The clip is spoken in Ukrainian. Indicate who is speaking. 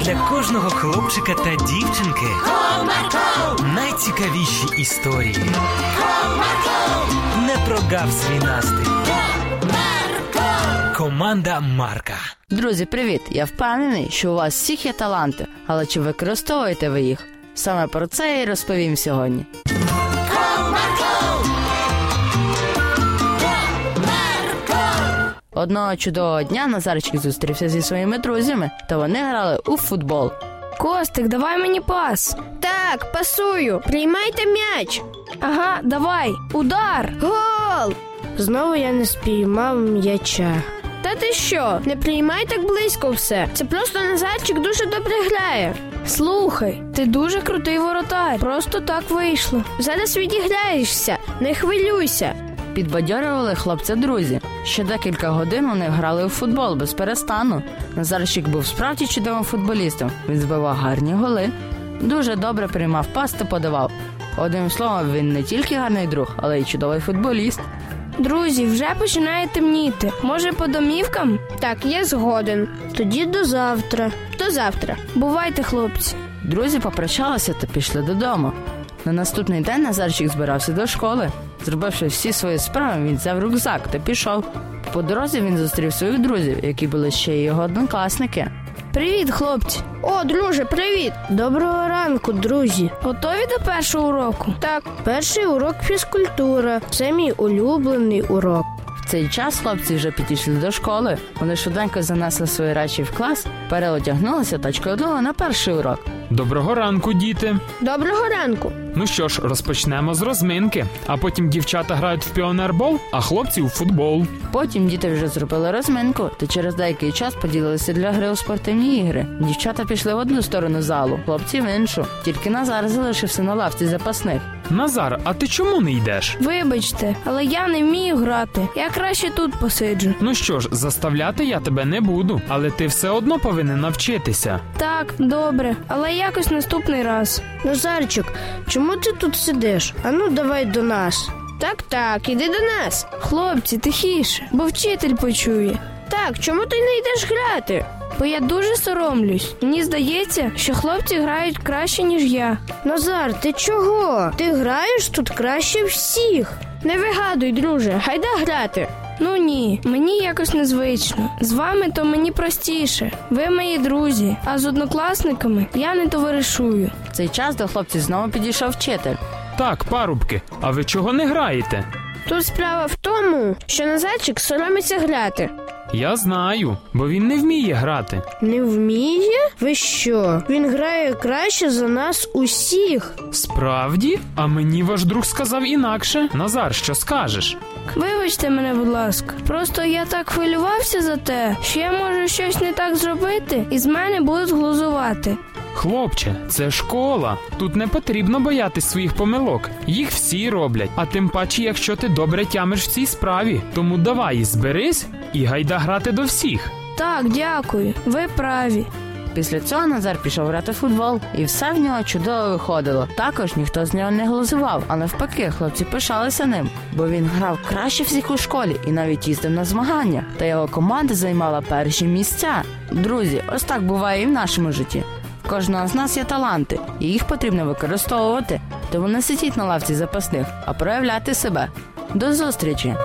Speaker 1: для кожного хлопчика та дівчинки
Speaker 2: Marco,
Speaker 1: найцікавіші історії.
Speaker 2: Marco,
Speaker 1: Не прогав свій настрій. Команда Марка.
Speaker 3: Друзі, привіт! Я впевнений, що у вас всіх є таланти, але чи використовуєте ви їх? Саме про це і розповім сьогодні. Одного чудового дня Назарчик зустрівся зі своїми друзями, та вони грали у футбол.
Speaker 4: Костик, давай мені пас. Так, пасую. Приймайте м'яч. Ага, давай. Удар. Гол. Знову я не спіймав м'яча. Та ти що? Не приймай так близько все. Це просто Назарчик дуже добре грає. Слухай, ти дуже крутий воротар. Просто так вийшло. Зараз відіграєшся, не хвилюйся.
Speaker 3: Підбадьорювали хлопця друзі. Ще декілька годин вони грали у футбол без перестану. Назарчик був справді чудовим футболістом. Він збивав гарні голи, дуже добре приймав пас та подавав. Одним словом, він не тільки гарний друг, але й чудовий футболіст.
Speaker 4: Друзі, вже починає темніти. Може, по домівкам? Так, я згоден. Тоді до завтра. До завтра. Бувайте, хлопці.
Speaker 3: Друзі попрощалися та пішли додому. На наступний день Назарчик збирався до школи. Зробивши всі свої справи, він взяв рюкзак та пішов. По дорозі він зустрів своїх друзів, які були ще й його однокласники.
Speaker 4: Привіт, хлопці. О, друже, привіт. Доброго ранку, друзі. Готові до першого уроку? Так. Перший урок фізкультура. Це мій улюблений урок.
Speaker 3: В цей час хлопці вже підійшли до школи. Вони швиденько занесли свої речі в клас, переодягнулися та чкоднули на перший урок.
Speaker 5: Доброго ранку, діти.
Speaker 4: Доброго ранку.
Speaker 5: Ну що ж, розпочнемо з розминки, а потім дівчата грають в піонербол, а хлопці у футбол.
Speaker 3: Потім діти вже зробили розминку та через деякий час поділилися для гри у спортивні ігри. Дівчата пішли в одну сторону залу, хлопці в іншу. Тільки Назар залишився на лавці запасних.
Speaker 5: Назар, а ти чому не йдеш?
Speaker 4: Вибачте, але я не вмію грати. Я краще тут посиджу.
Speaker 5: Ну що ж, заставляти я тебе не буду, але ти все одно повинен навчитися.
Speaker 4: Так, добре, але якось наступний раз. Назарчик, чому ти тут сидиш? Ану, давай до нас. Так, так, іди до нас. Хлопці, тихіше, бо вчитель почує. Так, чому ти не йдеш грати? Бо я дуже соромлюсь. Мені здається, що хлопці грають краще, ніж я. Назар, ти чого? Ти граєш тут краще всіх. Не вигадуй, друже, гайда грати. Ну ні, мені якось незвично. З вами то мені простіше. Ви мої друзі, а з однокласниками я не товаришую.
Speaker 3: В цей час до хлопців знову підійшов вчитель.
Speaker 5: Так, парубки, а ви чого не граєте?
Speaker 4: Тут справа в тому, що Назарчик соромиться грати.
Speaker 5: Я знаю, бо він не вміє грати.
Speaker 4: Не вміє? Ви що? Він грає краще за нас усіх.
Speaker 5: Справді? А мені ваш друг сказав інакше. Назар, що скажеш?
Speaker 4: Вибачте мене, будь ласка. Просто я так хвилювався за те, що я можу щось не так зробити, і з мене будуть глузувати.
Speaker 5: Хлопче, це школа. Тут не потрібно боятись своїх помилок. Їх всі роблять. А тим паче, якщо ти добре тямиш в цій справі. Тому давай зберись і гайда грати до всіх.
Speaker 4: Так, дякую, ви праві.
Speaker 3: Після цього Назар пішов грати в футбол, і все в нього чудово виходило. Також ніхто з нього не глузував, а навпаки, хлопці пишалися ним, бо він грав краще всіх у школі і навіть їздив на змагання, та його команда займала перші місця. Друзі, ось так буває і в нашому житті. В кожного з нас є таланти, і їх потрібно використовувати, тому не сидіть на лавці запасних, а проявляти себе. До зустрічі!